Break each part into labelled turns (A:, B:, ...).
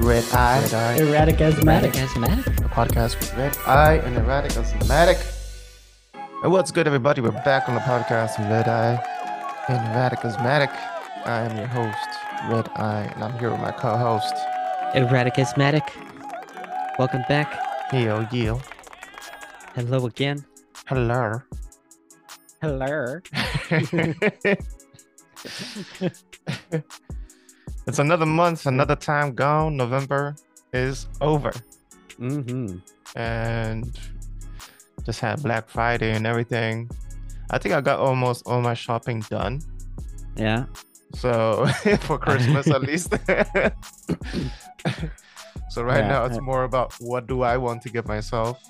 A: Red Eye. Red Eye.
B: Erratic
C: Erratic
B: asthmatic.
C: asthmatic.
A: A podcast with Red Eye and Erratic Asthmatic. Hey, what's good, everybody? We're back on the podcast with Red Eye and Erratic Asthmatic. I am your host, Red Eye, and I'm here with my co host,
C: Erratic asthmatic. Welcome back.
A: Yo Yo.
C: Hello again.
A: Hello.
B: Hello.
A: it's another month, another time gone. November is over.
C: Mm-hmm.
A: and just had Black Friday and everything. I think I got almost all my shopping done.
C: Yeah.
A: So for Christmas at least. so right
C: Yeah.
A: now it's more about what do I want to get myself?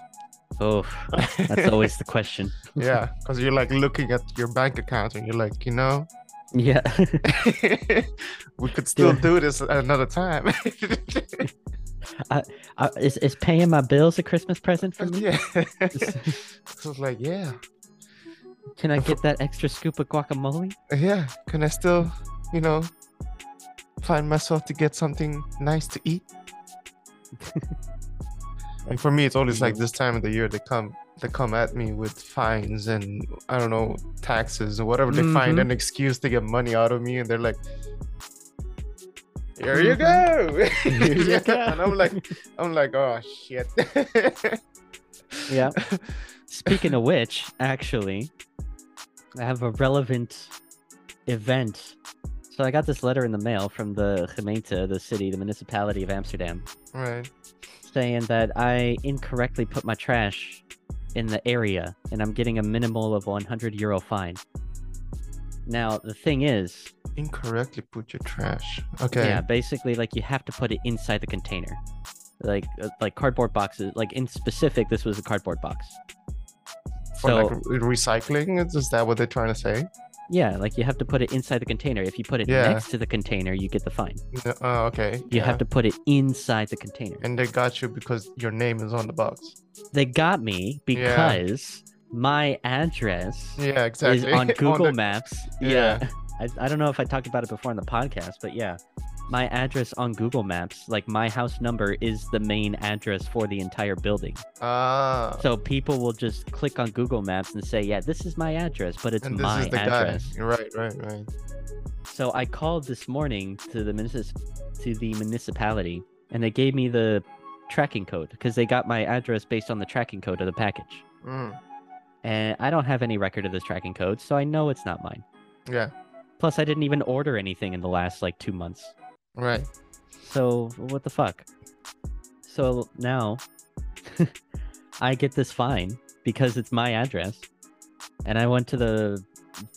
C: Oh, that's always the question.
A: yeah, because you're like looking at your bank account and you're like, you know,
C: Yeah.
A: we could still do this another time.
C: uh, is is paying my bills a Christmas present for me?
A: yeah. so it's like, yeah,
C: Can I get that extra scoop of guacamole?
A: yeah. Can I still, you know, find myself to get something nice to eat? And for me, it's always like this time of the year they come they come at me with fines and I don't know taxes or whatever. They find
C: Mhm.
A: an excuse to get money out of me, and they're like, "Here you go."
C: Mm-hmm. Here you
A: Yeah,
C: go.
A: And I'm like, I'm like, oh shit.
C: Yeah. Speaking of which, actually, I have a relevant event. So I got this letter in the mail from the gemeente, the city, the municipality of Amsterdam,
A: right.
C: saying that I incorrectly put my trash in the area and I'm getting a minimal of 100 euro fine. Now, the thing is,
A: Incorrectly put your trash. Okay.
C: yeah, basically like you have to put it inside the container. Like uh, like cardboard boxes, like in specific this was a cardboard box.
A: For like re- recycling, is, is that what they're trying to say?
C: Yeah, like you have to put it inside the container. If you put it
A: Yeah.
C: next to the container, you get the fine.
A: No, oh, okay.
C: You have to put it inside the container.
A: And they got you because your name is on the box.
C: They got me
A: Yeah.
C: because my address
A: Yeah, exactly.
C: is on Google
A: the-
C: Maps.
A: Yeah.
C: Yeah. I, I don't know if I talked about it before in the podcast, but yeah. My address on Google Maps, like my house number is the main address for the entire building.
A: Ah.
C: So people will just click on Google Maps and say, yeah, this is my address, but it's
A: and this
C: my
A: is the
C: address.
A: guy. Right, right, right.
C: So I called this morning to the munis- to the municipality, and they gave me the tracking code because they got my address based on the tracking code of the package.
A: Mm,
C: And I don't have any record of this tracking code, so I know it's not mine.
A: yeah,
C: Plus, I didn't even order anything in the last like two months.
A: right.
C: So what the fuck? So now I get this fine because it's my address. And I went to the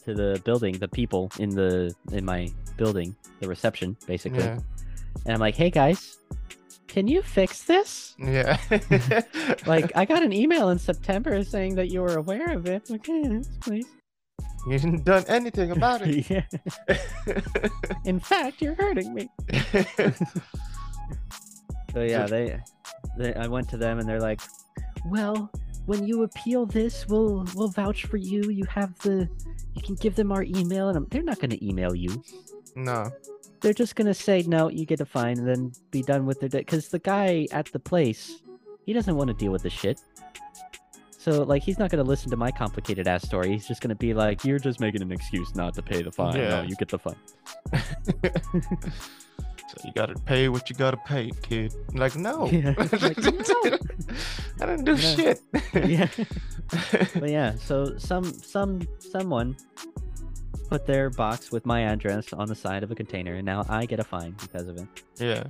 C: to the building, the people in the in my building, the reception basically.
A: Yeah,
C: And I'm like, "Hey guys, can you fix this?"
A: yeah.
C: Like I got an email in September saying that you were aware of it. Okay, please.
A: you didn't done anything about it.
C: yeah. In fact, you're hurting me. So yeah, they, they I went to them and they're like, "Well, when you appeal this, we'll we'll vouch for you. You have the you can give them our email and I'm, they're not going to email you.
A: no.
C: They're just going to say, "No, you get a fine and then be done with their day cuz the guy at the place, he doesn't want to deal with the shit. So like he's not going to listen to my complicated ass story. He's just going to be like, "You're just making an excuse not to pay the fine.
A: Yeah.
C: No, you get the fine."
A: So you gotta pay what you gotta pay, kid. Like no.
C: Yeah. Like, no.
A: I didn't do
C: No.
A: shit.
C: yeah. but yeah, so some some someone put their box with my address on the side of a container, and now I get a fine because of it.
A: yeah.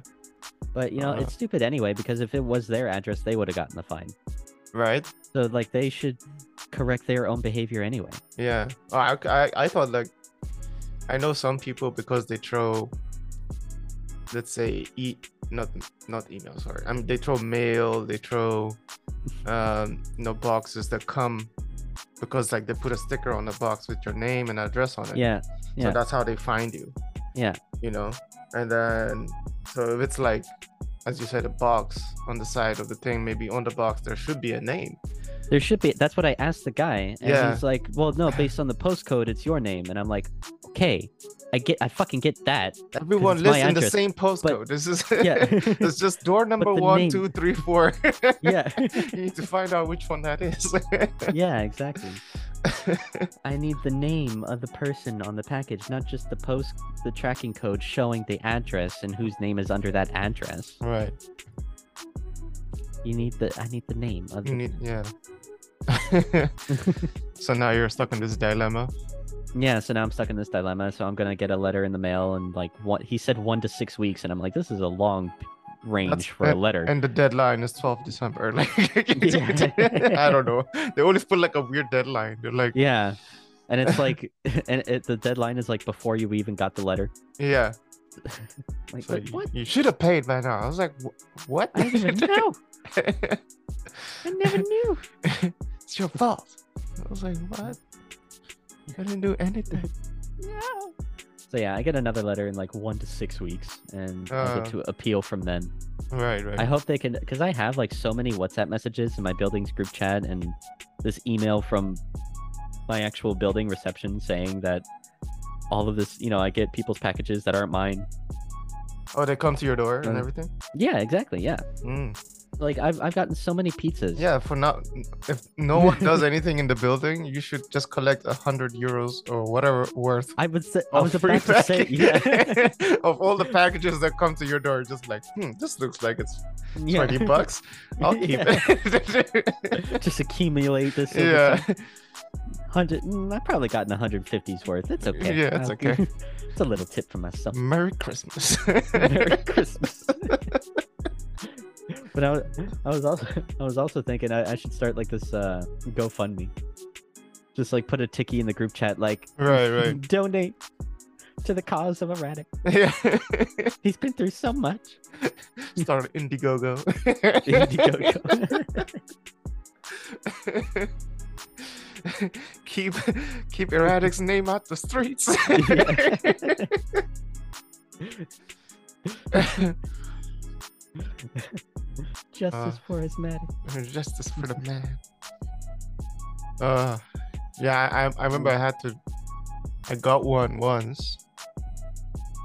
C: But you know,
A: Uh.
C: it's stupid anyway because if it was their address, they would have gotten the fine.
A: Right.
C: So like they should correct their own behavior anyway.
A: Yeah. Oh, I, I I thought like I know some people because they throw let's say e not not email sorry I mean they throw mail they throw um you know boxes that come because like they put a sticker on the box with your name and address on it
C: Yeah,
A: so
C: yeah.
A: that's how they find you
C: Yeah.
A: you know and then so if it's like as you said a box on the side of the thing maybe on the box there should be a name
C: There should be. That's what I asked the guy, and
A: Yeah.
C: he's like, "Well, no, based on the postcode, it's your name." And I'm like, "Okay, I get, I fucking get that."
A: Everyone
C: it's my
A: lives in the
C: address,
A: same postcode. This is
C: Yeah,
A: it's just door number
C: the
A: one,
C: name-
A: two, three, four.
C: yeah,
A: you need to find out which one that is.
C: yeah, exactly. I need the name of the person on the package, not just the post, the tracking code showing the address and whose name is under that address.
A: right.
C: You need the, I need the name of
A: You
C: the,
A: need yeah. so now you're stuck in this dilemma.
C: yeah. So now I'm stuck in this dilemma. So I'm gonna get a letter in the mail, and like what he said, one to six weeks, and I'm like, this is a long range for a
A: that-
C: letter.
A: And the deadline is 12 December. Like
C: Yeah.
A: I don't know. They always put like a weird deadline. They're like,
C: Yeah. And it's like, and it, the deadline is like before you even got the letter.
A: yeah.
C: Like,
A: So
C: "But
A: you,
C: what?
A: you should have paid by now. I was like, "Wh- what?
C: I didn't even know. I never knew.
A: it's your fault. I was like, what? I didn't do anything.
C: No. So yeah, I get another letter in like one to six weeks, and I
A: Uh.
C: get to appeal from them.
A: Right, right.
C: I hope they can, because I have like so many WhatsApp messages in my building's group chat, and this email from my actual building reception saying that all of this, you know, I get people's packages that aren't mine.
A: oh, they come to your door and
C: Uh,
A: everything.
C: Yeah, exactly. Yeah,
A: Mm.
C: like I've I've gotten so many pizzas.
A: Yeah, for now, if no one does anything in the building, you should just collect a hundred euros or whatever worth.
C: I would say I
A: of
C: was
A: free
C: about to say yeah.
A: package- of all the packages that come to your door, just like, hmm, this looks like it's
C: yeah.
A: 20 bucks. I'll keep
C: Yeah.
A: it.
C: Just accumulate this. over
A: yeah.
C: some Hundred. mm, I've probably gotten 150s worth. It's okay.
A: Yeah, it's
C: I'll-
A: okay.
C: it's a little tip for myself.
A: Merry Christmas.
C: Merry Christmas. but I was, I was also I was also thinking I, I should start like this uh, GoFundMe. Just like put a ticky in the group chat, like
A: right, right.
C: donate to the cause of erratic.
A: Yeah.
C: He's been through so much.
A: Start Indiegogo.
C: Indiegogo.
A: keep keep erratic's name out the streets.
C: Justice
A: Uh.
C: for asthmatic.
A: Justice for
C: Mm-hmm.
A: the man. Uh, yeah, I, I- I remember I had to, I got one once,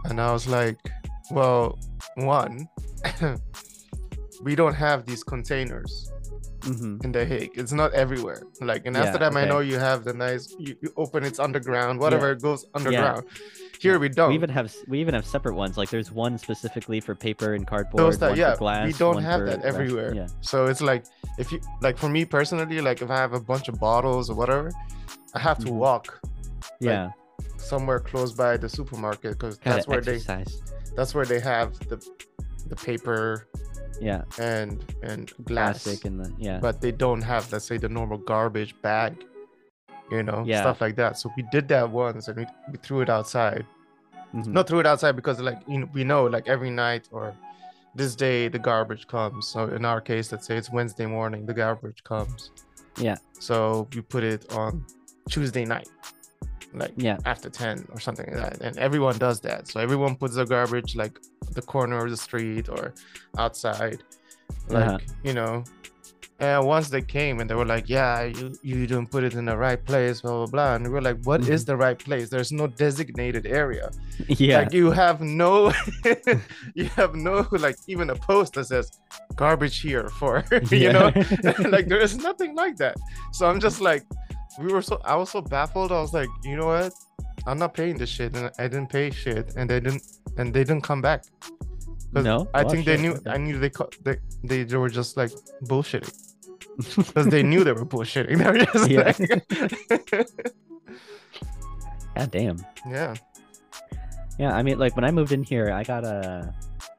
A: and I was like, well, one, we don't have these containers
C: Mm-hmm.
A: in The Hague. It's not everywhere. Like in
C: Yeah,
A: Amsterdam, I
C: okay.
A: know you have the nice, you, you open it's underground, whatever it goes underground. Here
C: Yeah.
A: we don't.
C: We even have s- we even have separate ones. Like there's one specifically for paper and cardboard.
A: that-
C: one
A: yeah, we
C: for glass,
A: don't
C: one
A: have
C: for
A: that
C: glass-
A: everywhere.
C: Yeah.
A: So it's like if you like for me personally, like if I have a bunch of bottles or whatever, I have to
C: Mhm.
A: walk
C: yeah.
A: somewhere close by the supermarket because
C: Gotta
A: that's where
C: exercise.
A: they that's where they have the the paper
C: Yeah.
A: and and glass,
C: Plastic and the yeah.
A: but they don't have let's say the normal garbage bag, you know,
C: Yeah.
A: stuff like that. So we did that once and we, we threw it outside.
C: Mhm.
A: Not threw it outside because like you know, we know like every night or this day the garbage comes. So in our case, let's say it's Wednesday morning, the garbage comes.
C: Yeah.
A: So we put it on Tuesday night. Like
C: Yeah.
A: after 10 or something like that and everyone does that so everyone puts their garbage like the corner of the street or outside like
C: Uh-huh.
A: you know and once they came and they were like yeah you, you didn't put it in the right place blah blah blah and we were like "What is
C: Mhm.
A: the right place there's no designated area
C: Yeah.
A: like you have no you have no like even a post that says garbage here for you
C: Yeah.
A: know like there is nothing like that. So I'm just like, we were so I was so baffled. I was like, you know what? I'm not paying this shit, and I didn't pay shit, and they didn't, and they didn't come back. 'Cause
C: no.
A: I
C: Oh,
A: think
C: shit,
A: they knew.
C: okay.
A: I knew they, co- they they they were just like bullshitting because they knew they were bullshitting. They were just
C: Yeah.
A: like,
C: God damn.
A: yeah,
C: Yeah. I mean, like when I moved in here, I got a,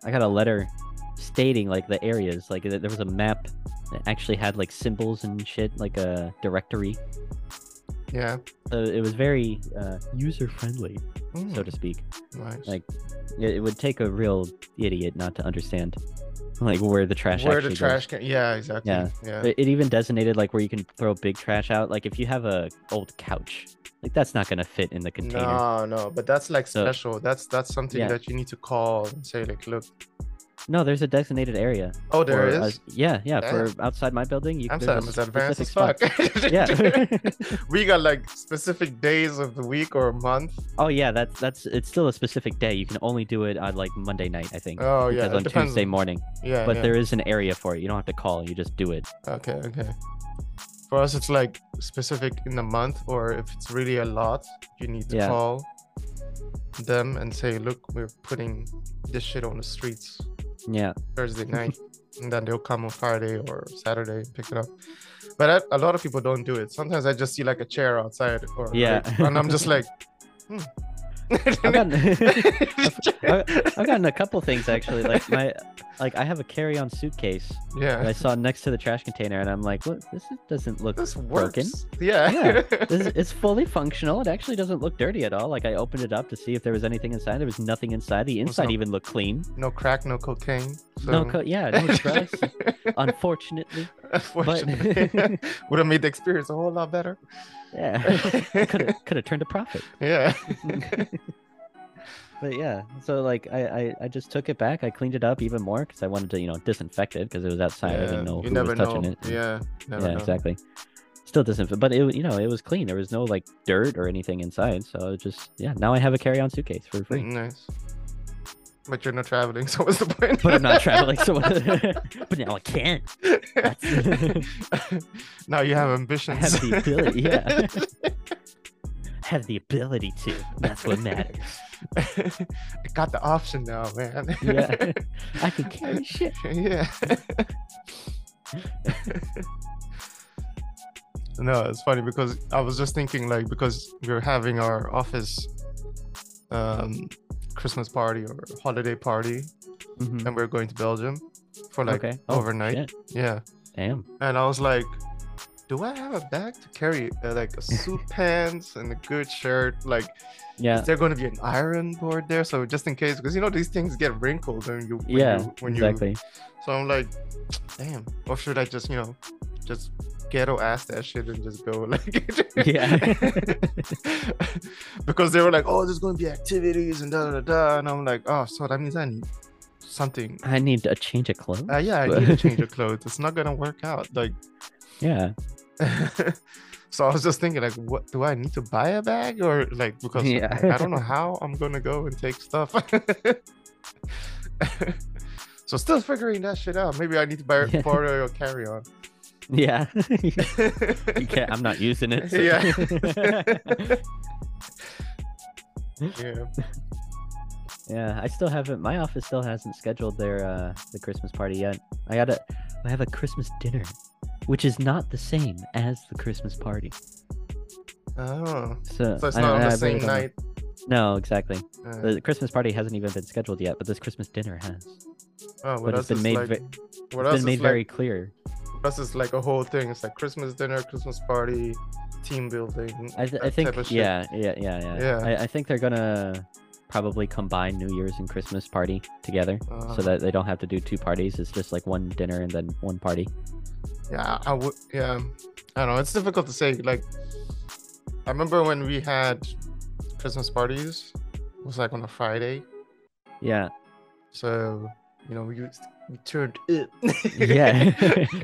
C: I got a letter stating like the areas. Like th- there was a map that actually had like symbols and shit, like a directory.
A: yeah.
C: So it was very uh, user friendly, so
A: Mm,
C: to speak.
A: nice.
C: like, It, it would take a real idiot not to understand, like where the trash.
A: where
C: actually
A: the
C: goes.
A: trash can? Yeah, exactly. Yeah,
C: Yeah. It, it even designated like where you can throw big trash out. Like if you have a old couch, like that's not gonna fit in the container.
A: No, no, but that's like
C: So-
A: special. That's that's something
C: Yeah.
A: that you need to call and say like, look,
C: No, there's a designated area.
A: Oh, there
C: for
A: is.
C: us- yeah, yeah.
A: Damn.
C: For outside my building, you there's a
A: Amsterdam is advanced as
C: specific spot.
A: fuck.
C: yeah.
A: we got like specific days of the week or a month.
C: oh yeah, that's that's it's still a specific day. You can only do it on like Monday night, I think.
A: Oh yeah,
C: because
A: it
C: on
A: depends.
C: Tuesday morning.
A: yeah,
C: But
A: yeah.
C: there is an area for it. You don't have to call. You just do it.
A: Okay, okay. For us, it's like specific in the month, or if it's really a lot, you need to
C: Yeah.
A: call them and say, "Look, we're putting this shit on the streets
C: Yeah.
A: Thursday night," and then they'll come on Friday or Saturday and pick it up. But I, a lot of people don't do it. Sometimes I just see like a chair outside, or
C: Yeah.
A: like- and I'm just like, hmm.
C: I've gotten, I've gotten a couple things actually. Like my, like I have a carry-on suitcase that
A: yeah,
C: I saw next to the trash container, and I'm like, "Look, this is- doesn't look
A: this works.
C: broken.
A: Yeah,
C: This, is- it's fully functional. It actually doesn't look dirty at all. Like I opened it up to see if there was anything inside. There was nothing inside. The
A: What's
C: inside
A: up?
C: even looked clean.
A: no crack, no cocaine.
C: No,
A: so-
C: co- yeah, no drugs. unfortunately,
A: Unfortunately, would have made the experience a whole lot better.
C: yeah, could have could have turned a profit.
A: yeah.
C: But yeah, so like I, I I just took it back. I cleaned it up even more because I wanted to you know disinfect it because it was outside. I
A: Yeah,
C: didn't know
A: you
C: who
A: never
C: was touching
A: know.
C: it.
A: Yeah. Never
C: yeah,
A: know.
C: exactly. Still doesn't, but it you know it was clean. There was no like dirt or anything inside, so it just yeah. Now I have a carry-on suitcase for free,
A: Mm, Nice. But you're not traveling, so what's the point?
C: but I'm not traveling. So, but now I can't.
A: now you have
C: I
A: ambitions.
C: have the ability. Yeah, I have the ability to. That's what matters.
A: I got the option now, man.
C: Yeah, I can carry shit.
A: yeah. no, it's funny because I was just thinking like because we are having our office um Christmas party or holiday party
C: Mhm.
A: and we are going to Belgium for like
C: okay. Oh,
A: overnight.
C: shit.
A: Yeah.
C: Damn.
A: And I was like do I have a bag to carry uh, like a suit pants and a good shirt? Like,
C: Yeah.
A: is there going to be an iron board there? So just in case, because you know these things get wrinkled when you when
C: yeah.
A: you, when you
C: exactly.
A: so I'm like, damn. Or should I just, you know, just ghetto ass that shit and just go like
C: Yeah.
A: because they were like, oh, there's gonna be activities and da da da, da. And I'm like, oh, so that means I need something.
C: I need a change of clothes.
A: Uh, yeah, I
C: But-
A: need to change of clothes. It's not gonna work out. Like
C: yeah.
A: so I was just thinking, like, what do I need to buy a bag or like because
C: Yeah.
A: I don't know how I'm gonna go and take stuff. so still figuring that shit out. Maybe I need to buy
C: Yeah.
A: borrow or carry on.
C: Yeah. you can't, I'm not using it. so-
A: Yeah. yeah.
C: yeah. I still haven't. My office still hasn't scheduled their uh the Christmas party yet. I gotta. I have a Christmas dinner, which is not the same as the Christmas party.
A: Oh.
C: So,
A: So it's
C: I don't-
A: not on
C: I
A: the
C: really
A: same
C: don't know.
A: night.
C: No, exactly.
A: Uh,
C: The Christmas party hasn't even been scheduled yet, but this Christmas dinner has.
A: oh,
C: but
A: what
C: it's
A: else
C: been
A: is
C: made
A: like?
C: ve-
A: what else
C: it's been made
A: is
C: very
A: like?
C: clear.
A: What else is like a whole thing? It's like Christmas dinner, Christmas party, team building.
C: I, th- I
A: that
C: think
A: type of shit.
C: yeah, yeah, yeah, yeah.
A: Yeah.
C: I, I think they're gonna probably combine New Year's and Christmas party together,
A: Uh,
C: so that they don't have to do two parties. It's just like one dinner and then one party.
A: Yeah, I would. Yeah, I don't know. It's difficult to say. Like, I remember when we had Christmas parties. It was like on a Friday,
C: Yeah,
A: so you know we used, we turned it.
C: yeah.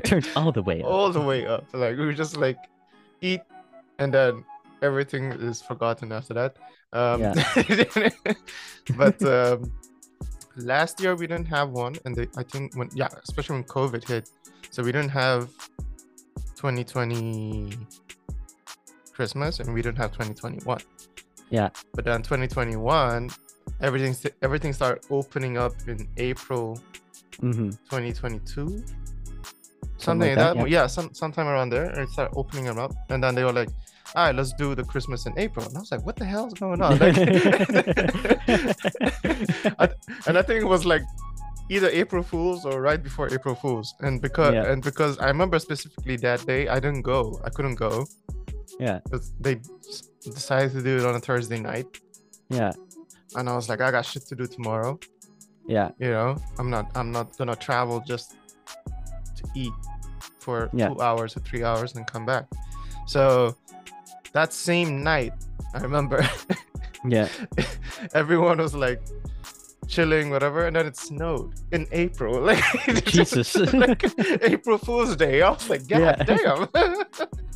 C: Turns all the way. Up.
A: all the way up. Like we just like eat, and then everything is forgotten after that. Um, but um, last year we didn't have one, and they, I think when yeah, especially when COVID hit, so we didn't have 2020 Christmas, and we didn't have 2021.
C: Yeah.
A: But then 2021, everything st- everything started opening up in April
C: hmm
A: 2022 something,
C: Something
A: like
C: like
A: that,
C: that,
A: yeah, some sometime around there and it started opening them up and then they were like all right let's do the christmas in april and i was like what the hell's going on like, I- and i think it was like either april fools or right before april fools and because
C: Yeah.
A: and because i remember specifically that day i didn't go i couldn't go
C: Yeah.
A: 'Cause they s- decided to do it on a thursday night
C: Yeah,
A: and i was like i got shit to do tomorrow
C: yeah,
A: you know i'm not i'm not gonna travel just to eat for
C: Yeah.
A: two hours or three hours and come back so that same night i remember
C: yeah.
A: everyone was like chilling, whatever, and then it snowed in April. Like it just-
C: Jesus.
A: like April Fool's Day. I was like,
C: Yeah.
A: God damn.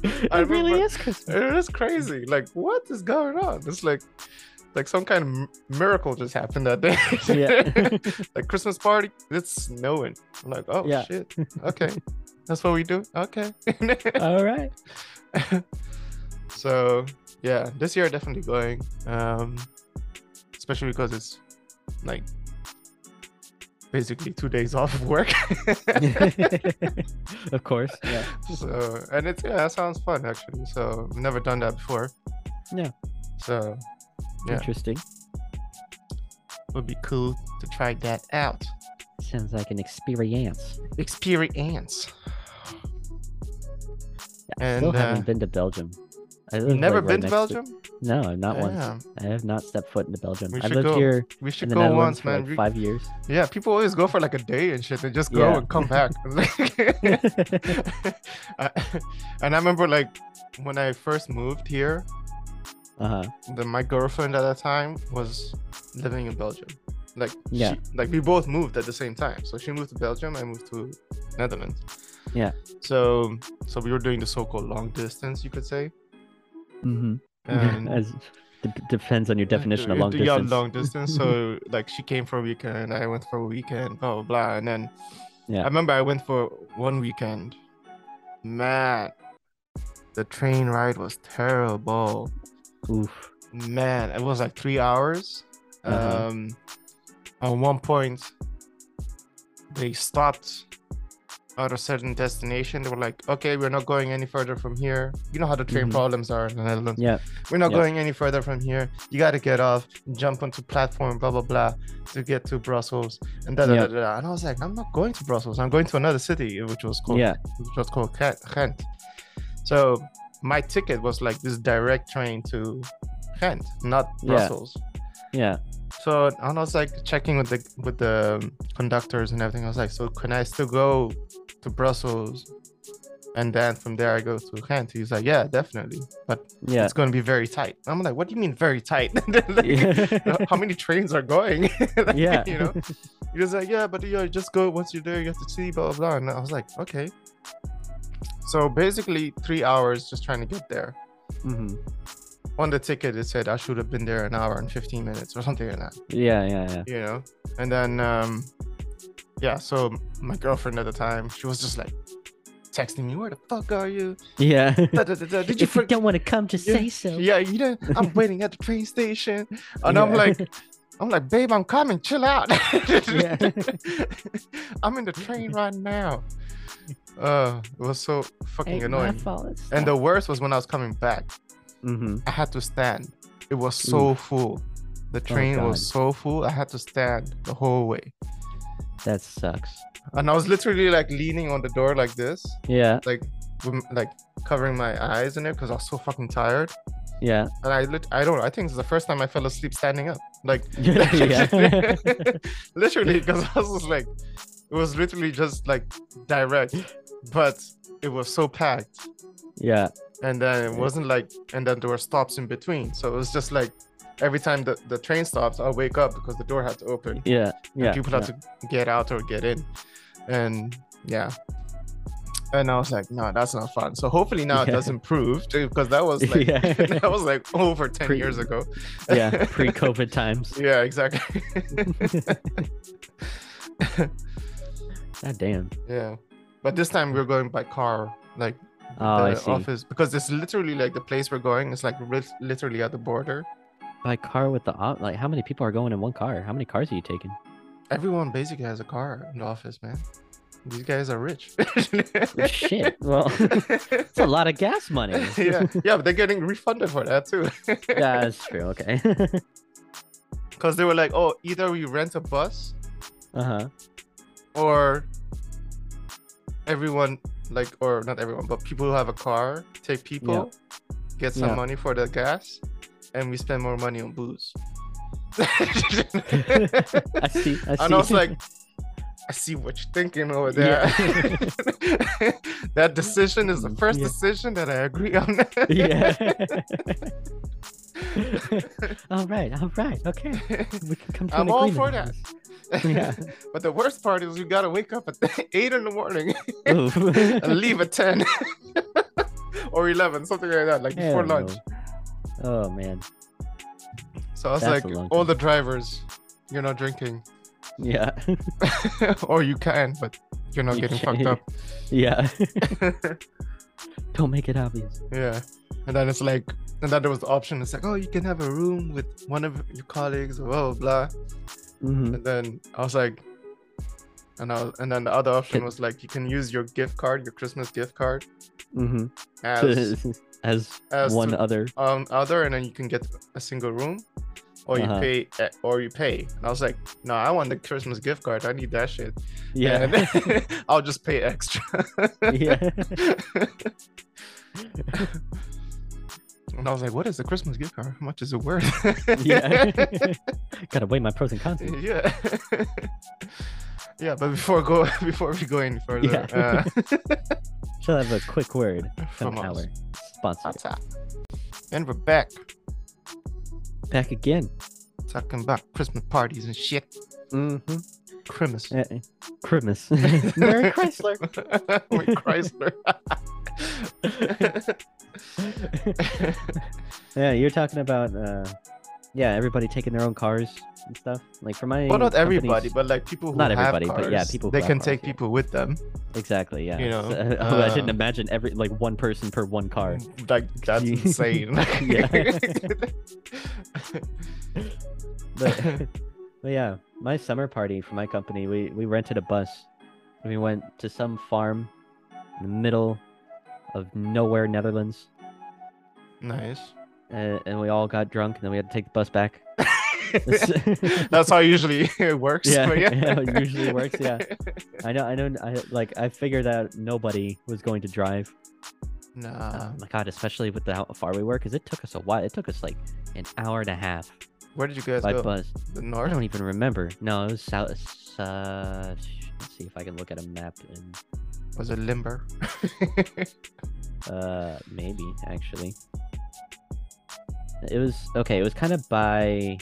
C: it
A: I
C: really
A: remember-
C: is Christmas.
A: it is crazy. Like, what is going on? It's like like some kind of m- miracle just happened that day.
C: Yeah.
A: like Christmas party, it's snowing. I'm like, oh
C: Yeah.
A: shit. Okay. That's what we do. Okay.
C: All right.
A: so yeah, this year definitely going. Um especially because it's like basically two days off of work.
C: of course. Yeah.
A: so and it's yeah, that sounds fun actually. So I've never done that before.
C: Yeah.
A: So Yeah.
C: Interesting.
A: would be cool to try that out.
C: Sounds like an experience.
A: Experience.
C: I
A: And
C: still
A: uh,
C: haven't been to Belgium. I live,
A: you've never
C: like, right
A: been to
C: next
A: Belgium?
C: No, not once.
A: Damn,
C: I have not stepped foot into Belgium.
A: We
C: I
A: should
C: lived
A: go.
C: here
A: We should
C: in the
A: go once,
C: Netherlands for
A: man.
C: like
A: We-
C: five years.
A: Yeah, people always go for like a day and shit. They just go
C: Yeah.
A: and come back. I, and I remember like when I first moved here,
C: Uh huh.
A: the my girlfriend at that time was living in Belgium. Like
C: Yeah.
A: she, like we both moved at the same time. So she moved to Belgium, I moved to Netherlands.
C: Yeah.
A: So so we were doing the so-called long distance, you could say.
C: Mm-hmm.
A: And
C: As de- depends on your definition of
A: Yeah,
C: long
A: yeah,
C: distance.
A: long distance. So like she came for a weekend, I went for a weekend, blah blah blah. And then
C: Yeah.
A: I remember I went for one weekend. Man, the train ride was terrible.
C: Oof.
A: Man, it was like three hours.
C: Uh-huh.
A: Um at one point they stopped at a certain destination. They were like, okay, we're not going any further from here. You know how the train
C: Mhm.
A: problems are in the Netherlands
C: Yeah.
A: we're not
C: Yeah.
A: going any further from here. You got to get off, jump onto platform, blah blah blah, to get to Brussels, and da da
C: Yeah.
A: da da. And I was like, I'm not going to Brussels. I'm going to another city, which was called
C: Yeah.
A: which was called Ghent- Ghent. So my ticket was like this direct train to Ghent, not
C: Yeah.
A: Brussels.
C: Yeah.
A: So and I was like checking with the with the um, conductors and everything. I was like, so can I still go to Brussels? And then from there I go to Ghent. He's like, yeah, definitely, but
C: Yeah.
A: it's going to be very tight. I'm like, what do you mean very tight? Like, How many trains are going? Like,
C: yeah.
A: You know, he was like, yeah, but you know, just go once you're there, you have to see, blah, blah, blah. And I was like, okay. So basically, three hours just trying to get there.
C: hmm
A: On the ticket, it said I should have been there an hour and 15 minutes or something like that,
C: Yeah. Yeah. Yeah.
A: you know? And then, um, yeah, so my girlfriend at the time, she was just like texting me, where the fuck are you?
C: Yeah.
A: Da, da, da, da. Did you
C: if you
A: forget?
C: don't want to come, just
A: Yeah,
C: say so.
A: yeah, you know, I'm waiting at the train station, and I'm
C: Yeah.
A: like, I'm like, babe, I'm coming. Chill out.
C: Yeah.
A: I'm in the train right now. Uh, it was so fucking annoying. And the worst was when I was coming back.
C: hmm
A: I had to stand. It was so full. The train was so full. I had to stand the whole way,
C: That sucks.
A: and I was literally like leaning on the door like this,
C: Yeah.
A: like, with- like covering my eyes in it because I was so fucking tired.
C: Yeah.
A: And I lit- I don't. know, I think it's the first time I fell asleep standing up. Like
C: yeah.
A: literally because i was just like it was literally just like direct but it was so packed
C: yeah.
A: and then it
C: Yeah.
A: wasn't like and then there were stops in between so it was just like every time the, the train stops i'll wake up because the door had to open and
C: Yeah. Yeah.
A: people
C: yeah.
A: had to get out or get in and yeah and i was like no that's not fun so hopefully now it
C: Yeah.
A: does improve too, because that was like
C: Yeah.
A: that was like over 10
C: Pre-
A: years ago
C: yeah. Pre-COVID times.
A: yeah exactly
C: God damn.
A: Yeah, but this time we're going by car, like
C: Oh, I
A: the
C: see.
A: office, because it's literally like the place we're going is like ri- literally at the border.
C: By car with the op- like, how many people are going in one car? How many cars are you taking?
A: Everyone basically has a car in the office, man. These guys are rich.
C: Shit. Well, it's a lot of gas money.
A: yeah, yeah, but they're getting refunded for that too,
C: That's true. Okay.
A: because they were like, oh, either we rent a bus
C: uh huh.
A: or everyone like or not everyone but people who have a car take people get some
C: Yeah.
A: money for the gas and we spend more money on booze
C: I see. I see.
A: and i was like I see what you're thinking over there. that decision is the
C: Mm,
A: first
C: yeah.
A: decision that I agree on.
C: yeah. all right. All right. Okay. We can come to
A: I'm
C: an
A: all
C: agreement
A: for
C: on
A: that.
C: this. Yeah.
A: But the worst part is you gotta wake up at eight in the morning
C: Ooh.
A: and leave at ten or eleven, something like that, like before
C: Hell
A: lunch.
C: no. Oh man.
A: So I was
C: That's a
A: like,
C: long
A: all
C: time.
A: the drivers, you're not drinking,
C: Yeah.
A: or you can, but you're not
C: You
A: getting
C: can't.
A: fucked up.
C: yeah. Don't make it obvious.
A: Yeah. And then it's like, and then there was the option. It's like, oh, you can have a room with one of your colleagues, blah blah. blah.
C: Mhm.
A: And then I was like, and I was, and then the other option was like, you can use your gift card, your Christmas gift card,
C: Mhm.
A: as
C: As,
A: as
C: one
A: to-
C: other.
A: um other, and then you can get a single room, or you
C: Uh-huh.
A: pay, eh, or you pay. And I was like, no, I want the Christmas gift card. I need that shit.
C: Yeah.
A: And I'll just pay extra.
C: yeah.
A: And I was like, what is the Christmas gift card? How much is it worth?
C: yeah. Gotta weigh my pros and cons.
A: yeah yeah but before go before we go any further
C: Yeah.
A: uh,
C: She'll have a quick word from
A: From us.
C: our sponsor.
A: and we're back
C: Back again.
A: talking about christmas parties and shit
C: Mm-hmm.
A: christmas
C: Uh-uh. Christmas. Merry Chrysler.
A: Wait, chrysler
C: yeah, you're talking about uh yeah, everybody taking their own cars and stuff. Like for my
A: well not
C: company's-
A: everybody but like people who
C: Not
A: have
C: everybody, but yeah,
A: cars,
C: people who
A: they
C: have
A: can
C: cars,
A: take
C: yeah.
A: people with them
C: Exactly, yeah.
A: you know,
C: So- oh, I
A: uh,
C: didn't imagine every like one person per one car.
A: mm. like that's
C: Gee.
A: insane
C: Yeah. But, but yeah, my summer party for my company, we we rented a bus. And we went to some farm in the middle of nowhere Netherlands.
A: nice
C: And, and we all got drunk and then we had to take the bus back.
A: that's how usually it works
C: Yeah,
A: but
C: yeah, it usually works, yeah. I know, I know, I like. I figured that nobody was going to drive.
A: nah
C: oh my god, especially with the, how far we were, because it took us a while. It took us like an hour and a half
A: where did you guys
C: by
A: go
C: bus.
A: the
C: I
A: north
C: don't even remember. No, it was south. Uh, sh- let's see if I can look at a map. And e-
A: was it limber
C: uh, maybe actually, it was okay. It was kind of by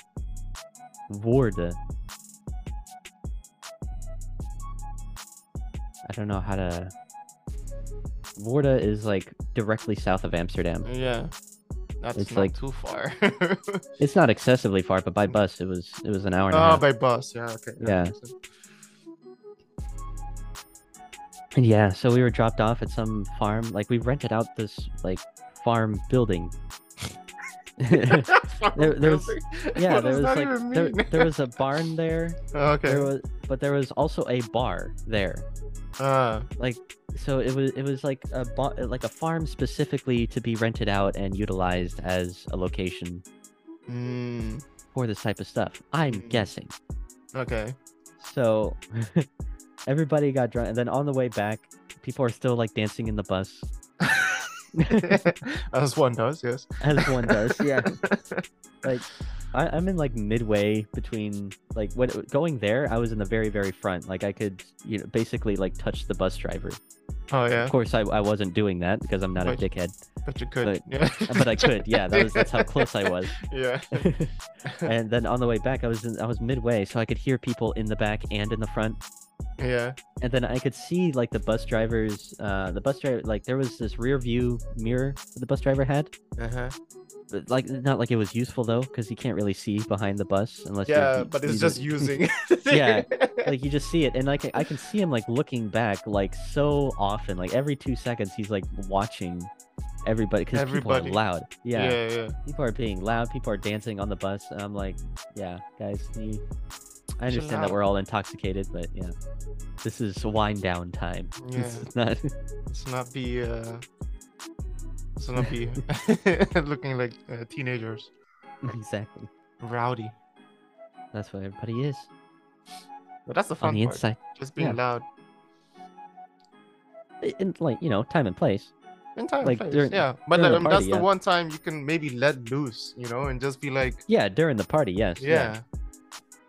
C: Woerden. I don't know how to. Woerden is like directly south of Amsterdam.
A: Yeah, that's
C: It's
A: not
C: like-
A: too far.
C: It's not excessively far, but by bus it was it was an hour and a
A: oh,
C: half.
A: by bus. Yeah. Okay. that
C: Yeah.
A: makes sense.
C: And yeah, so we were dropped off at some farm. Like we rented out this like farm building. yeah,
A: Fuck,
C: There- there was-
A: building.
C: there
A: What does that
C: was like
A: even
C: there,
A: mean?
C: there was a barn there.
A: Oh, okay.
C: There was but there was also a bar there.
A: uh,
C: Like so it was it was like a bar, like a farm specifically to be rented out and utilized as a location
A: mm,
C: for this type of stuff. I'm
A: Mm.
C: guessing.
A: okay.
C: So everybody got drunk, and then on the way back, people are still like dancing in the bus,
A: As one does, yes.
C: as one does. yeah. Like, I, I'm in like midway between like when going there, I was in the very very front. Like I could you know basically like touch the bus driver.
A: Oh yeah,
C: Of course, I, I wasn't doing that because I'm not
A: But-
C: a dickhead,
A: but you could.
C: but-
A: yeah.
C: uh, but I could. Yeah, that was that's how close I was.
A: yeah.
C: and then on the way back, I was in, I was midway, so I could hear people in the back and in the front.
A: Yeah.
C: and then I could see like the bus driver's uh the bus driver like there was this rear view mirror that the bus driver had.
A: Uh huh.
C: But, like not like it was useful though, because you can't really see behind the bus unless you're-
A: Yeah,
C: you-
A: but
C: you
A: it's just
C: don't-
A: using.
C: Yeah, like you just see it, and like I can see him like looking back like so often, like every two seconds he's like watching everybody because people are
A: Everybody.
C: loud. Yeah,
A: Yeah. Yeah.
C: people are being loud, people are dancing on the bus, and I'm like, yeah, guys, you... I
A: Chill
C: understand that
A: out.
C: we're all intoxicated, but yeah, this is wind down time.
A: yeah.
C: This is not.
A: Let's not be. Uh, let's not be looking like uh, teenagers.
C: Exactly.
A: Rowdy.
C: That's what everybody is
A: But that's the
C: on
A: fun
C: the
A: part.
C: inside.
A: Just being
C: yeah.
A: loud.
C: I- In like you know, time and place.
A: In time,
C: Like,
A: place.
C: during-
A: yeah. But like,
C: during the
A: um, that's
C: party,
A: the
C: yeah.
A: one time you can maybe let loose, you know, and just be like,
C: Yeah, during the party. Yes.
A: yeah,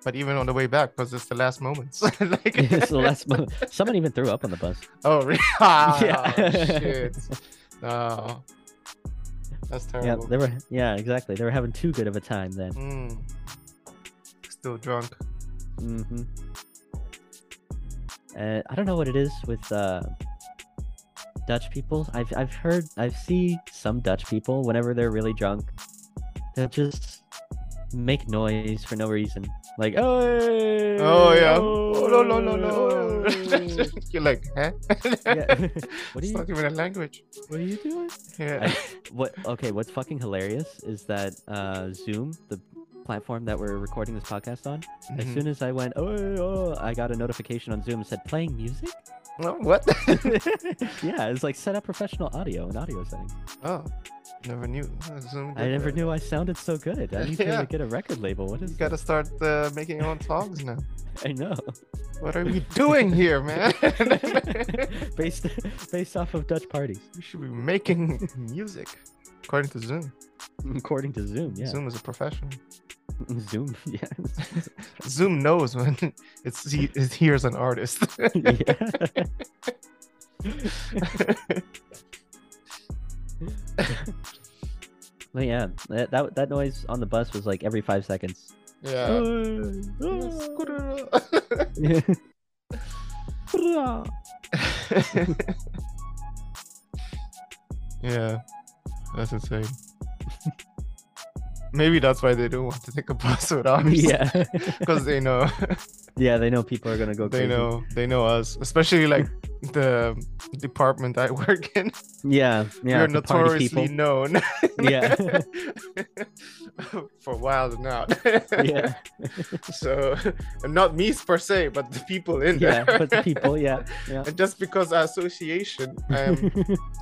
A: but even on the way back because it's the last moments. like,
C: it's the last mo- Someone even threw up on the bus.
A: oh, really? Ah,
C: Yeah.
A: shit. No, that's
C: Yeah,
A: terrible.
C: they were. Yeah, exactly. They were having too good of a time then.
A: Mm. Still drunk.
C: Mm-hmm. Uh, I don't know what it is with uh, Dutch people. I've I've heard I've seen some Dutch people whenever they're really drunk, they'll just make noise for no reason. Like oh
A: Oh yeah. Oh, no no no no.
C: oh,
A: You're like, huh?
C: Yeah. What
A: what
C: do
A: it's
C: you-
A: not even a language.
C: what are you doing?
A: Yeah.
C: What okay? What's fucking hilarious is that uh, Zoom, the platform that we're recording this podcast on, as
A: Mhm.
C: soon as I went oh, oh, I got a notification on Zoom that said playing music.
A: No, what?
C: yeah, it's like set up professional audio and audio settings.
A: oh, never knew. Zoom
C: I
A: did
C: never
A: that.
C: knew I sounded so good. I need
A: Yeah.
C: to get a record label. What
A: You
C: is
A: gotta start uh, making your own songs now.
C: that? I know.
A: What are we doing here, man?
C: based based off of Dutch parties,
A: we should be making music, according to Zoom.
C: according to Zoom. Yeah,
A: Zoom is a professional.
C: Zoom. yeah.
A: Zoom knows when it's he, it hears an artist.
C: yeah. But yeah, that, that that noise on the bus was like every five seconds.
A: yeah.
C: Uh,
A: yeah, that's insane. Maybe that's why they don't want to take a bus with us.
C: yeah,
A: because they know
C: yeah. They know people are gonna go.
A: they
C: Crazy.
A: know they know us, especially like the department I work in.
C: Yeah, yeah.
A: We're
C: the party
A: notoriously
C: people.
A: known.
C: Yeah.
A: for a while now.
C: yeah,
A: So, and not me per se, but the people in
C: yeah.
A: there.
C: But the people, yeah, yeah.
A: And just because our association, I'm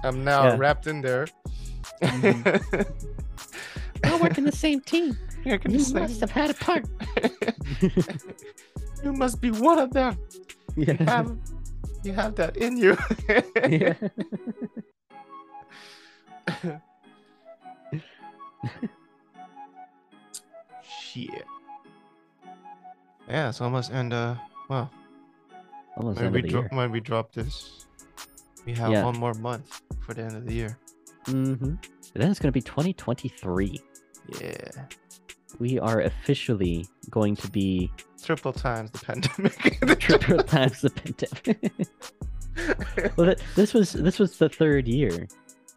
A: I'm now
C: Yeah. Mm-hmm.
A: wrapped in there.
B: I work in the same team.
A: I can
B: You
A: just say,
B: must have had a part.
A: you must be one of them. You
C: yeah.
A: have, you have that in you.
C: yeah.
A: Shit. Yeah, it's almost and uh well,
C: Almost
A: when
C: end
A: we
C: of the
A: dro-
C: year.
A: when we drop this, we have
C: Yeah.
A: one more month for the end of the year.
C: Mm-hmm. Then it's gonna be 2023.
A: Yeah.
C: We are officially going to be
A: Triple times the pandemic.
C: triple times the pandemic. well, that, this was this was the third year,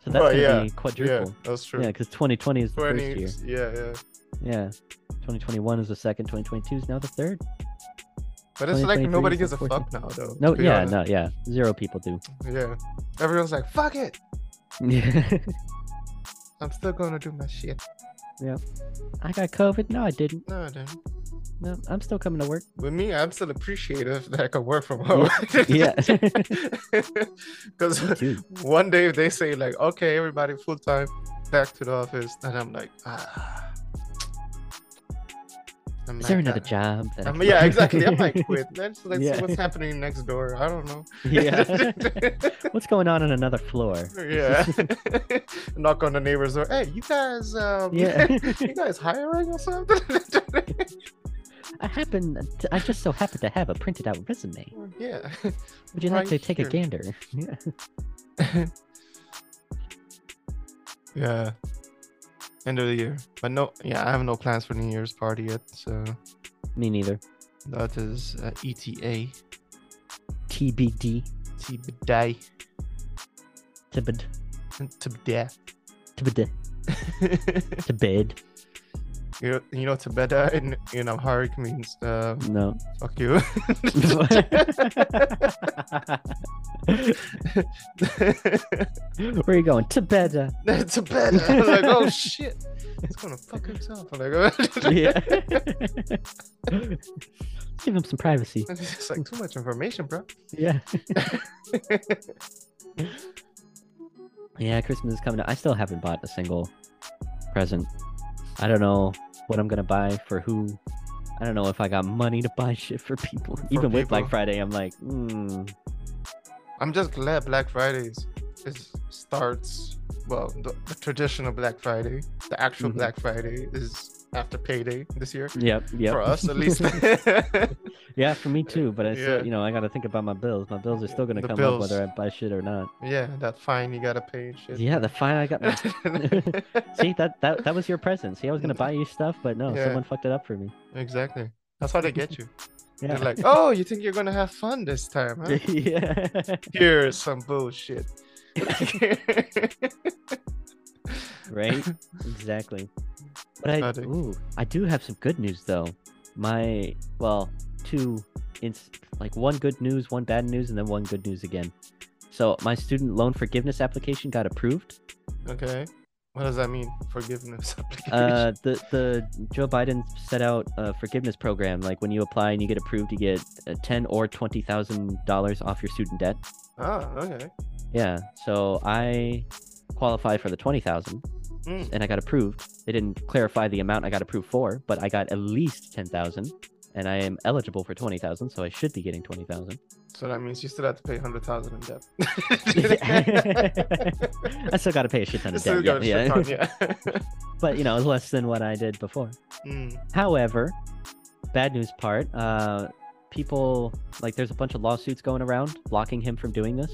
C: so that's
A: Well,
C: gonna
A: yeah,
C: be
A: yeah,
C: quadruple.
A: that's true.
C: Yeah, because 2020 is the first
A: 20,
C: year.
A: yeah, yeah.
C: Yeah, 2021 is the second. 2022 is now the third.
A: But it's like
C: 2023
A: nobody
C: is
A: gives a
C: the
A: fuck now, though.
C: No,
A: to be
C: yeah,
A: honest.
C: no, yeah. Zero people do.
A: Yeah. Everyone's like, fuck it.
C: Yeah.
A: I'm still gonna do my shit.
C: I got COVID. No, I didn't.
A: No, dude.
C: No, I'm still coming to work.
A: With me, I'm still appreciative that I can work from home.
C: Yeah.
A: Because
C: Dude.
A: one day if they say like, okay, everybody full time back to the office, and I'm like, ah. I'm
C: Is there
A: like,
C: another
A: "Ah."
C: job? that I
A: I'm,
C: can
A: yeah,
C: work?"
A: exactly. I might quit. Let's, let's
C: Yeah.
A: see what's happening next door. I don't know.
C: yeah. What's going on on another floor?
A: yeah. Knock on the neighbor's door. Hey, you guys. Um,
C: Yeah.
A: you guys hiring or something?
C: I happen. To, I just so happen to have a printed out resume.
A: yeah.
C: Would you like
A: Right
C: to take
A: here.
C: a gander? Yeah.
A: Yeah. End of the year. But no, yeah, I have no plans for New Year's party yet. So
C: Me neither.
A: that is uh, ETA.
C: TBD.
A: Tibidai.
C: Tibid.
A: Tibida.
C: Tibid. Tibid.
A: you know, you know Tibida in, in Amharic means uh,
C: No.
A: fuck you.
C: Where are you going? Tibet.
A: Tibida. I'm like, oh shit. He's gonna fuck himself. I'm like,
C: Yeah. Give him some privacy.
A: it's like too much information, bro.
C: Yeah. yeah, Christmas is coming up. I still haven't bought a single present. I don't know what I'm gonna buy for who. I don't know if I got money to buy shit for people. Even with
A: people.
C: Black Friday, I'm like, hmm.
A: I'm just glad Black Fridays is starts. Well, the, the traditional Black Friday, the actual
C: Mhm.
A: Black Friday is after payday this year.
C: Yep. Yep.
A: For us, at least.
C: yeah, for me too. But I still,
A: Yeah.
C: you know, I gotta think about my bills. My bills are still gonna
A: The
C: come
A: bills.
C: up whether I buy shit or not.
A: yeah, that fine you gotta pay and shit.
C: Yeah, the fine I got. See that that that was your present. See, I was gonna buy you stuff, but no,
A: Yeah.
C: someone fucked it up for me.
A: exactly. That's how they get you.
C: Yeah.
A: They're like, oh, you think you're gonna have fun this time? Huh?
C: yeah.
A: Here's some bullshit.
C: right. Exactly. But I
A: Pathetic.
C: ooh, I do have some good news though. My well, two it's like one good news, one bad news, and then one good news again. So my student loan forgiveness application got approved.
A: okay. What does that mean? Forgiveness application.
C: Uh, the the Joe Biden set out a forgiveness program. Like when you apply and you get approved, you get uh, ten or twenty thousand dollars off your student debt.
A: oh, okay.
C: Yeah. So I qualified for the twenty thousand,
A: Mm.
C: and I got approved. They didn't clarify the amount I got approved for, but I got at least ten thousand, and I am eligible for twenty thousand, so I should be getting twenty thousand.
A: So that means you still have to pay hundred thousand in debt.
C: I still got to pay a shit ton of
A: Still
C: debt. Yeah,
A: got
C: yeah.
A: shit on, yeah.
C: but you know, it's less than what I did before.
A: Mm,
C: However, bad news part, uh, people like there's a bunch of lawsuits going around blocking him from doing this,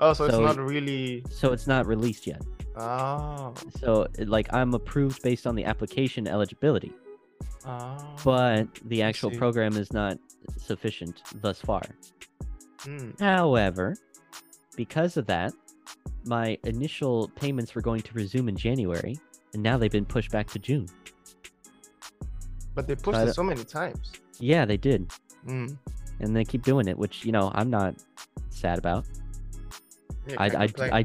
A: Oh, so, it's
C: So-
A: not really.
C: so it's not released yet.
A: Oh,
C: So it- like I'm approved based on the application eligibility,
A: oh.
C: but the actual
A: see.
C: program is not sufficient thus far.
A: Mm,
C: However, because of that, my initial payments were going to resume in January, and now they've been pushed back to June.
A: but they pushed
C: I
A: it
C: don't-
A: so many times.
C: Yeah, they did,
A: Mm.
C: and they keep doing it, which you know I'm not sad about.
A: Yeah,
C: I,
A: can't
C: I,
A: complain.
C: I,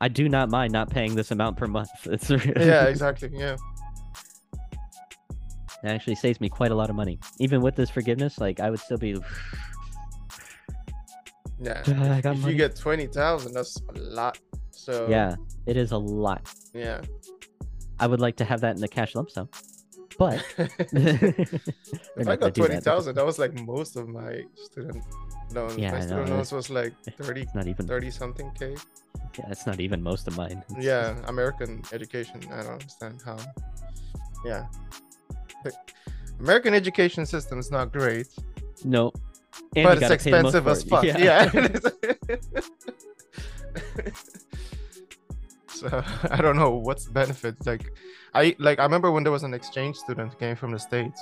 C: I do not mind not paying this amount per month. It's
A: yeah, exactly. Yeah.
C: it actually saves me quite a lot of money. Even with this forgiveness, like I would still be.
A: Yeah.
C: I got
A: If
C: money.
A: you get 20,000, that's a lot. So,
C: Yeah, it is a lot.
A: Yeah.
C: I would like to have that in the cash lump sum, but
A: if
C: if
A: I got 20,000, that was like most of my student loans.
C: Yeah,
A: my
C: I
A: student
C: know.
A: loans was like 30,
C: it's not even.
A: 30 something K.
C: Yeah, it's not even most of mine. It's
A: Yeah. American education. I don't understand how. Yeah. The American education system is not great,
C: just- no. And
A: but
C: you
A: it's
C: gotta pay the most
A: expensive
C: for
A: as
C: it.
A: fuck. Yeah. so I don't know what's the benefit. Like, I like I remember when there was an exchange student who came from the states,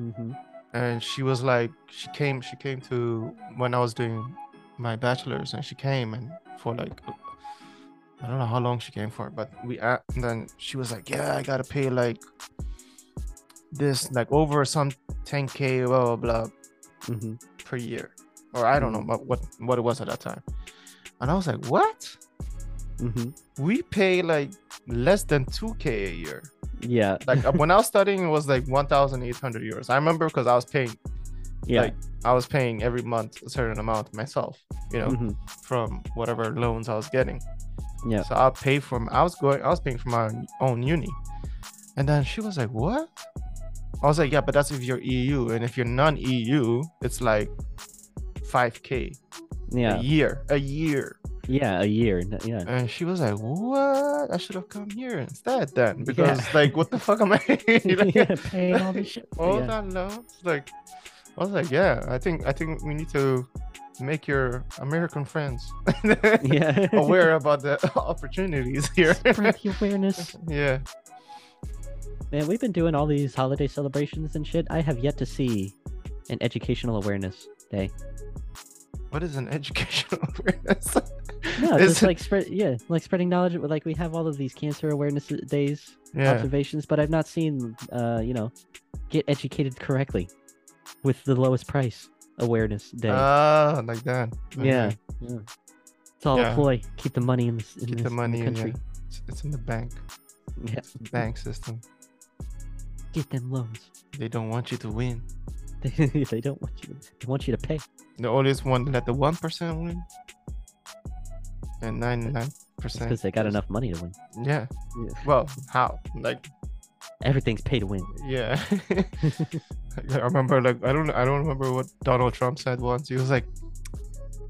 C: Mhm.
A: and she was like, she came, she came to when I was doing my bachelor's, and she came and for like. uh, I don't know how long she came for, but we a- and then she was like, "Yeah, I gotta pay like this, like over some 10k, blah blah blah."
C: Mhm.
A: per year, or I don't know what what, what it was at that time. And I was like, what?
C: Mhm.
A: We pay like less than 2k a year.
C: Yeah.
A: Like uh, when I was studying, it was like 1,800 euros. I remember because I was paying,
C: Yeah.
A: like, I was paying every month a certain amount myself, you know,
C: Mhm.
A: from whatever loans I was getting.
C: Yeah.
A: So I paid from I was going I was paying for my own uni, and then she was like, "What?" I was like, "Yeah, but that's if you're EU, and if you're non-EU, it's like 5k."
C: Yeah.
A: a year a year
C: Yeah. A year. n- Yeah.
A: and she was like what i should have come here instead then
C: Yeah.
A: because like what the fuck am i like,
C: yeah. Paying all this shit.
A: all
C: yeah.
A: that loans like i was like yeah i think i think we need to make your american friends
C: yeah.
A: aware about the opportunities here
C: Spread the awareness.
A: yeah
C: Man, we've been doing all these holiday celebrations and shit. I have yet to see an educational awareness day.
A: what is an educational awareness
C: No,
A: Is
C: just
A: it-
C: like spread, yeah, like spreading knowledge. Like we have all of these cancer awareness days,
A: yeah
C: observations, but I've not seen, uh, you know, get educated correctly with the lowest price awareness day.
A: ah like that
C: yeah,
A: Okay.
C: yeah. it's all
A: Yeah.
C: a ploy. Keep the money in, this, in,
A: keep
C: this,
A: the money
C: in
A: in
C: the
A: yeah.
C: country.
A: It's- it's in the bank
C: Yeah.
A: it's the bank system
C: get them loans.
A: they don't want you to win
C: They, they don't want you. They want you to pay.
A: They always want to let the one percent win, and ninety-nine
C: because
A: percent.
C: they got enough money to win.
A: Yeah.
C: Yeah.
A: Well, how? Like,
C: Everything's pay to win.
A: yeah. I remember, like, I don't, I don't remember what Donald Trump said once. He was like,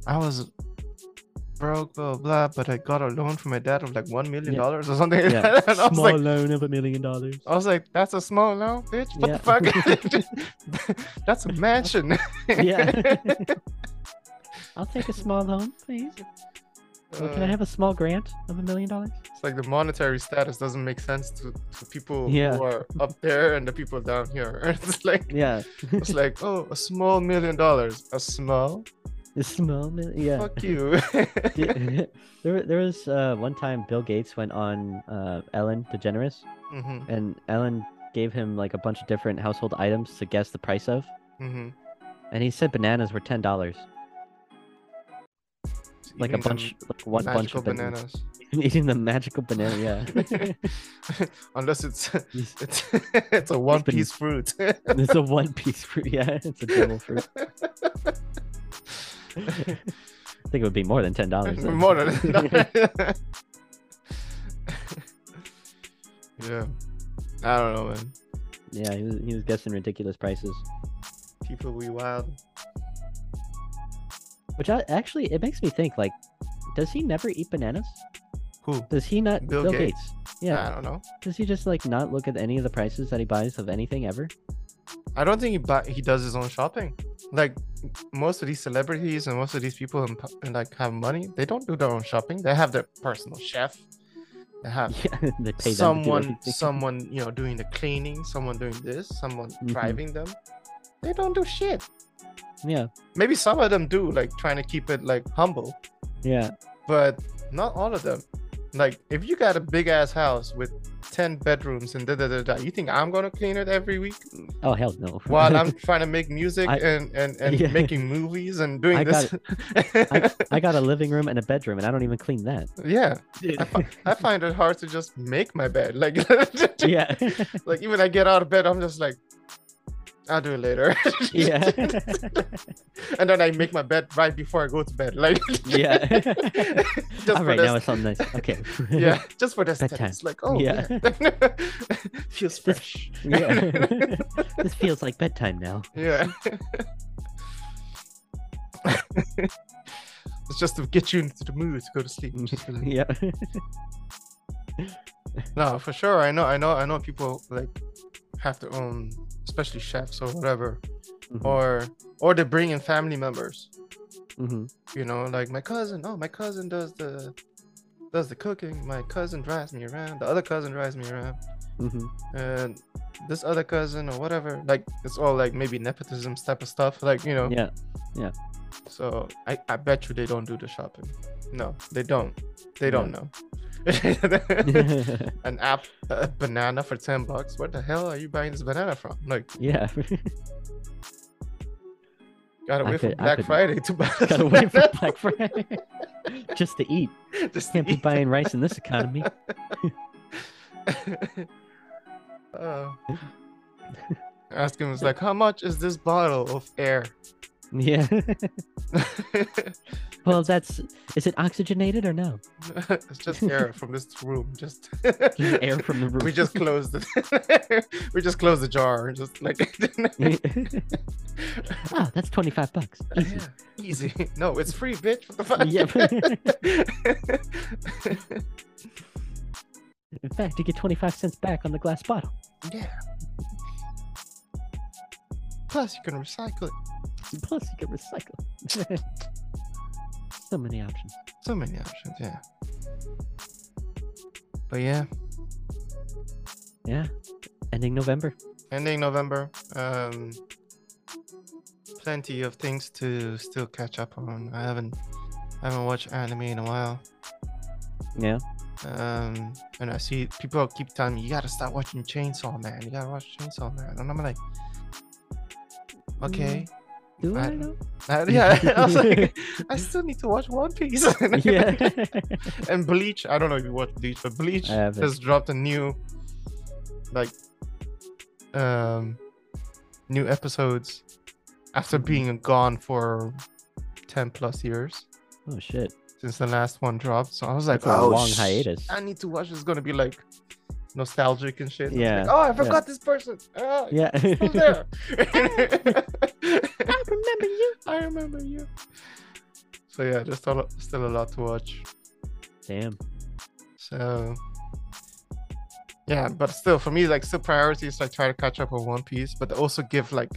A: "I was broke, blah, blah, blah, but I got a loan from my dad of like $1 million
C: Yeah.
A: dollars or something. like
C: Yeah.
A: that. And I was
C: Small
A: like,
C: loan of a million dollars.
A: I was like, that's a small loan, bitch. What
C: Yeah.
A: the fuck? that's a mansion.
C: Yeah. I'll take a small loan, please. Or can
A: Uh,
C: I have a small grant of a million dollars?
A: It's like the monetary status doesn't make sense to, to people
C: Yeah.
A: who are up there and the people down here. It's like
C: Yeah.
A: it's like oh, a small million dollars, a small.
C: A small million. Yeah.
A: Fuck you.
C: Di- there, there was uh, one time Bill Gates went on uh, Ellen DeGeneres,
A: hmm
C: and Ellen gave him like a bunch of different household items to guess the price of,
A: hmm
C: and he said bananas were ten dollars, like a bunch, like one bunch
A: magical
C: of bananas.
A: bananas.
C: Eating the magical banana, yeah.
A: Unless it's
C: It's-
A: it's it's a one
C: been-
A: piece fruit.
C: it's a one piece fruit, yeah. It's a double fruit. I think it would be more than ten dollars.
A: More than that. yeah. I don't know, man.
C: yeah, he was, he was guessing ridiculous prices.
A: People we wild.
C: Which I, actually, it makes me think. Like, does he never eat bananas?
A: Who?
C: Does he not?
A: Bill
C: Bill,
A: Gates.
C: Gates.
A: I
C: Yeah.
A: don't know.
C: Does he just like not look at any of the prices that he buys of anything ever?
A: I don't think he buy, he does his own shopping. Like most of these celebrities and most of these people in, pu- and like have money, they don't do their own shopping. They have their personal chef. They have
C: Yeah. they pay
A: someone,
C: Them to do everything.
A: someone you know doing the cleaning, someone doing this, someone
C: Mhm.
A: driving them. They don't do shit.
C: Yeah.
A: Maybe some of them do, like trying to keep it like humble,
C: Yeah.
A: but not all of them. Like if you got a big ass house with ten bedrooms and da da da da, you think I'm gonna clean it every week?
C: Oh hell no.
A: while I'm trying to make music
C: I-
A: and and, and
C: Yeah.
A: making movies and doing
C: I
A: this.
C: got I got a living room and a bedroom, and I don't even clean that.
A: yeah, I, fi- I find it hard to just make my bed. Like,
C: yeah.
A: like even I get out of bed, I'm just like, I'll do it later.
C: yeah.
A: and then I make my bed right before I go to bed. Like,
C: yeah.
A: just
C: All
A: for
C: right, now
A: this-
C: it's all nice. Okay.
A: yeah, just for this.
C: Bedtime.
A: It's like, oh yeah,
C: Yeah.
A: feels fresh.
C: yeah. this feels like bedtime now.
A: Yeah. it's just to get you into the mood to go to sleep. Just be like,
C: Yeah. Mm-hmm.
A: No, for sure. I know. I know. I know. People like have their own, especially chefs or whatever,
C: Mhm,
A: or or they bring in family members.
C: mhm.
A: You know, like my cousin. Oh, my cousin does the does the cooking. My cousin drives me around. The other cousin drives me around,
C: Mhm.
A: and this other cousin or whatever. Like it's all like maybe nepotism type of stuff. Like you know.
C: Yeah.
A: So I I bet you they don't do the shopping. No, they don't. They don't know. an app a banana for 10 bucks where the hell are you buying this banana from like
C: yeah.
A: gotta
C: I
A: wait for
C: could- I
A: black
C: could-
A: friday to buy this
C: Gotta wait for
A: banana.
C: Black Friday just to eat.
A: Just
C: Can't be
A: eat.
C: buying rice in this economy.
A: uh, ask him it's like how much is this bottle of air
C: Yeah. Well, that's. Is it oxygenated or no?
A: it's just air from this room just
C: Just air from the roof.
A: we just closed it we just closed the jar and just like
C: oh, that's twenty five bucks. Easy.
A: Yeah, easy no it's free bitch what the fuck
C: Yeah. In fact, you get twenty five cents back on the glass bottle.
A: Yeah. Plus, you can recycle it.
C: Plus, you can recycle. so many options.
A: So many options, yeah. But yeah,
C: Yeah. Ending November.
A: ending November. Um, plenty of things to still catch up on. I haven't, I haven't watched anime in a while.
C: Yeah.
A: Um, and I see people keep telling me you gotta start watching Chainsaw Man. You gotta watch Chainsaw Man, and I'm like, okay,
C: Do
A: I
C: I
A: don't-
C: know?
A: Uh, yeah. I was like, I still need to watch One Piece.
C: Yeah.
A: and Bleach. I don't know if you watch Bleach, but Bleach
C: I haven't.
A: has dropped a new, like, um, new episodes after
C: Mhm.
A: being gone for ten plus years
C: oh shit.
A: since the last one dropped. So I was like,
C: That's a
A: oh,
C: long
A: sh-
C: hiatus.
A: I need to watch. It's gonna be like nostalgic and shit. It's
C: Yeah,
A: like, oh, I forgot this person. Oh,
C: Yeah.
A: Still there.
C: I remember you.
A: I remember you. So yeah, just still, still a lot to watch.
C: Damn.
A: So yeah, but still for me, like still priority is like try to catch up on One Piece, but also give like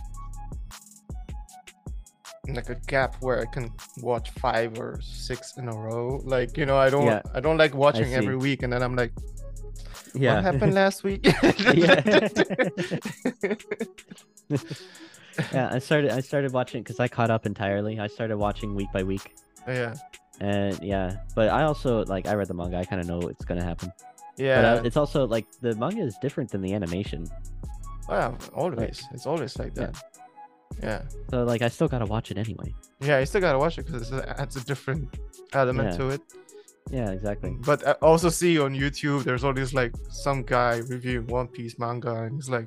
A: like a gap where I can watch five or six in a row. Like you know, I don't
C: Yeah.
A: I don't like watching
C: see.
A: every week, and then I'm like,
C: Yeah.
A: what happened last week?
C: Yeah. yeah, I started I started watching because I caught up entirely. I started watching week by week.
A: yeah,
C: And yeah, but I also like I read the manga. I kind of know what's gonna happen. But
A: yeah.
C: uh it's also like the manga is different than the animation,
A: Well, always. It's always like
C: Yeah.
A: that. Yeah.
C: so like I still gotta watch it anyway.
A: Yeah, you still gotta watch it because it's a, adds a different element
C: Yeah.
A: to it.
C: Yeah, exactly.
A: But I also see on YouTube, there's always like some guy reviewing One Piece manga, and he's like,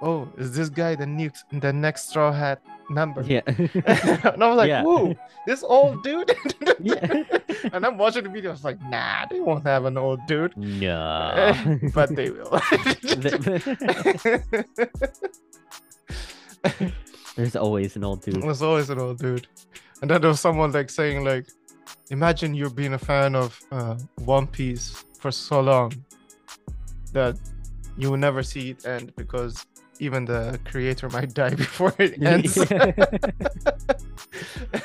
A: "Oh, is this guy the next the next Straw Hat number?"
C: Yeah.
A: and I was like,
C: Yeah.
A: "Whoa, this old dude!"
C: Yeah.
A: and I'm watching the video. I was like, "Nah, they won't have an old dude,
C: no.
A: but they will."
C: There's always an old
A: It
C: dude.
A: was always an old dude. And then there was someone like saying like, imagine you're being a fan of uh, One Piece for so long that you will never see it end because even the creator might die before it ends.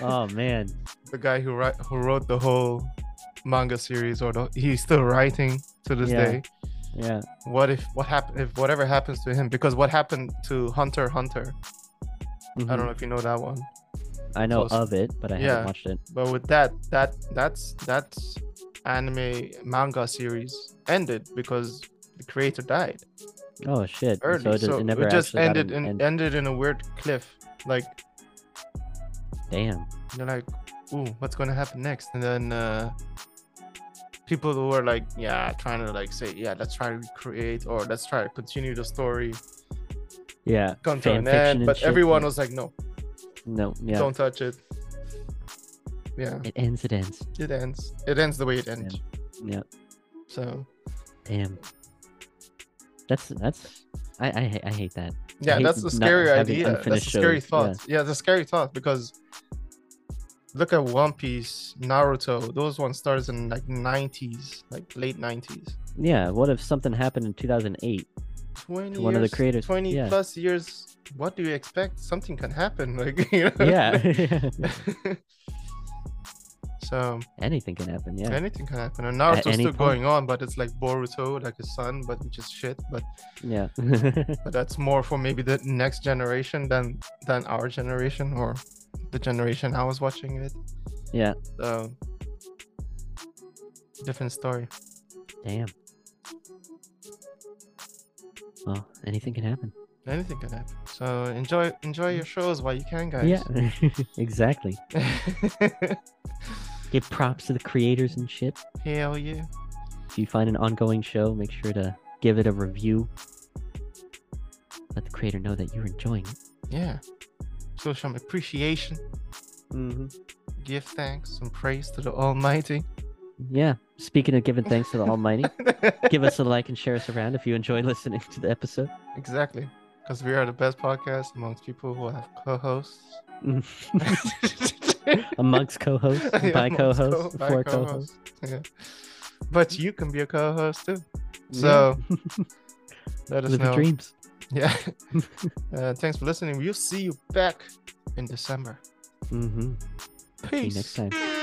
C: oh man.
A: the guy who write, who wrote the whole manga series or the, he's still writing to this
C: Yeah.
A: day.
C: Yeah.
A: What if what happened if whatever happens to him because what happened to Hunter x Hunter? I
C: Mhm.
A: don't know if you know that one.
C: I know
A: Close.
C: of it, but I
A: Yeah.
C: haven't watched it.
A: but with that that that's that's anime manga series ended because the creator died
C: Oh shit!
A: early
C: so it, does-
A: so
C: it
A: it,
C: never
A: just
C: actually got
A: ended
C: an
A: in,
C: end.
A: ended in a weird cliff like
C: Damn.
A: you're like ooh what's gonna happen next and then uh people who were like yeah trying to like say yeah let's try to recreate or let's try to continue the story
C: Yeah.
A: come to an
C: Fan fiction
A: end
C: and
A: but
C: shit,
A: everyone
C: yeah.
A: was like no
C: No. Yeah.
A: don't touch it yeah
C: It ends. It ends.
A: it ends it ends the way it ends
C: Yeah.
A: so
C: Damn. That's that's. I I, ha- I hate that.
A: Yeah,
C: hate
A: that's the
C: not
A: scary
C: having
A: idea. That's
C: unfinished
A: a scary
C: shows,
A: thought. Yeah. it's a scary thought because look at One Piece, Naruto. Those ones started in like nineties, like late nineties.
C: Yeah. What if something happened in 2008?
A: Twenty
C: one of the
A: years-
C: creators,
A: Twenty
C: yeah.
A: plus years. What do you expect? Something can happen. Like you know.
C: Yeah.
A: so
C: Anything can happen. Yeah.
A: anything can happen. And Naruto's
C: any
A: still
C: point.
A: going on, but it's like Boruto, like his son, but which is shit. But
C: Yeah.
A: but that's more for maybe the next generation than than our generation or the generation I was watching it.
C: Yeah.
A: So different story.
C: Damn. Well, anything can happen.
A: Anything can happen. So enjoy enjoy your shows while you can, guys.
C: Yeah. exactly. Give props to the creators and shit.
A: Hell yeah.
C: If you find an ongoing show, make sure to give it a review. Let the creator know that you're enjoying it.
A: Yeah. Show some appreciation.
C: Mm-hmm.
A: Give thanks and praise to the Almighty.
C: Yeah. Speaking of giving thanks to the Almighty, give us a like and share us around if you enjoy listening to the episode.
A: exactly. Because we are the best podcast amongst people who have co-hosts.
C: Amongst co hosts,
A: Yeah,
C: by
A: amongst
C: co hosts,
A: co- by
C: for co hosts.
A: Yeah. But you can be a co-host too. So let us
C: live your
A: know.
C: dreams.
A: Yeah. uh, thanks for listening. We'll see you back in December.
C: Mm-hmm. See you
A: Peace.
C: next time.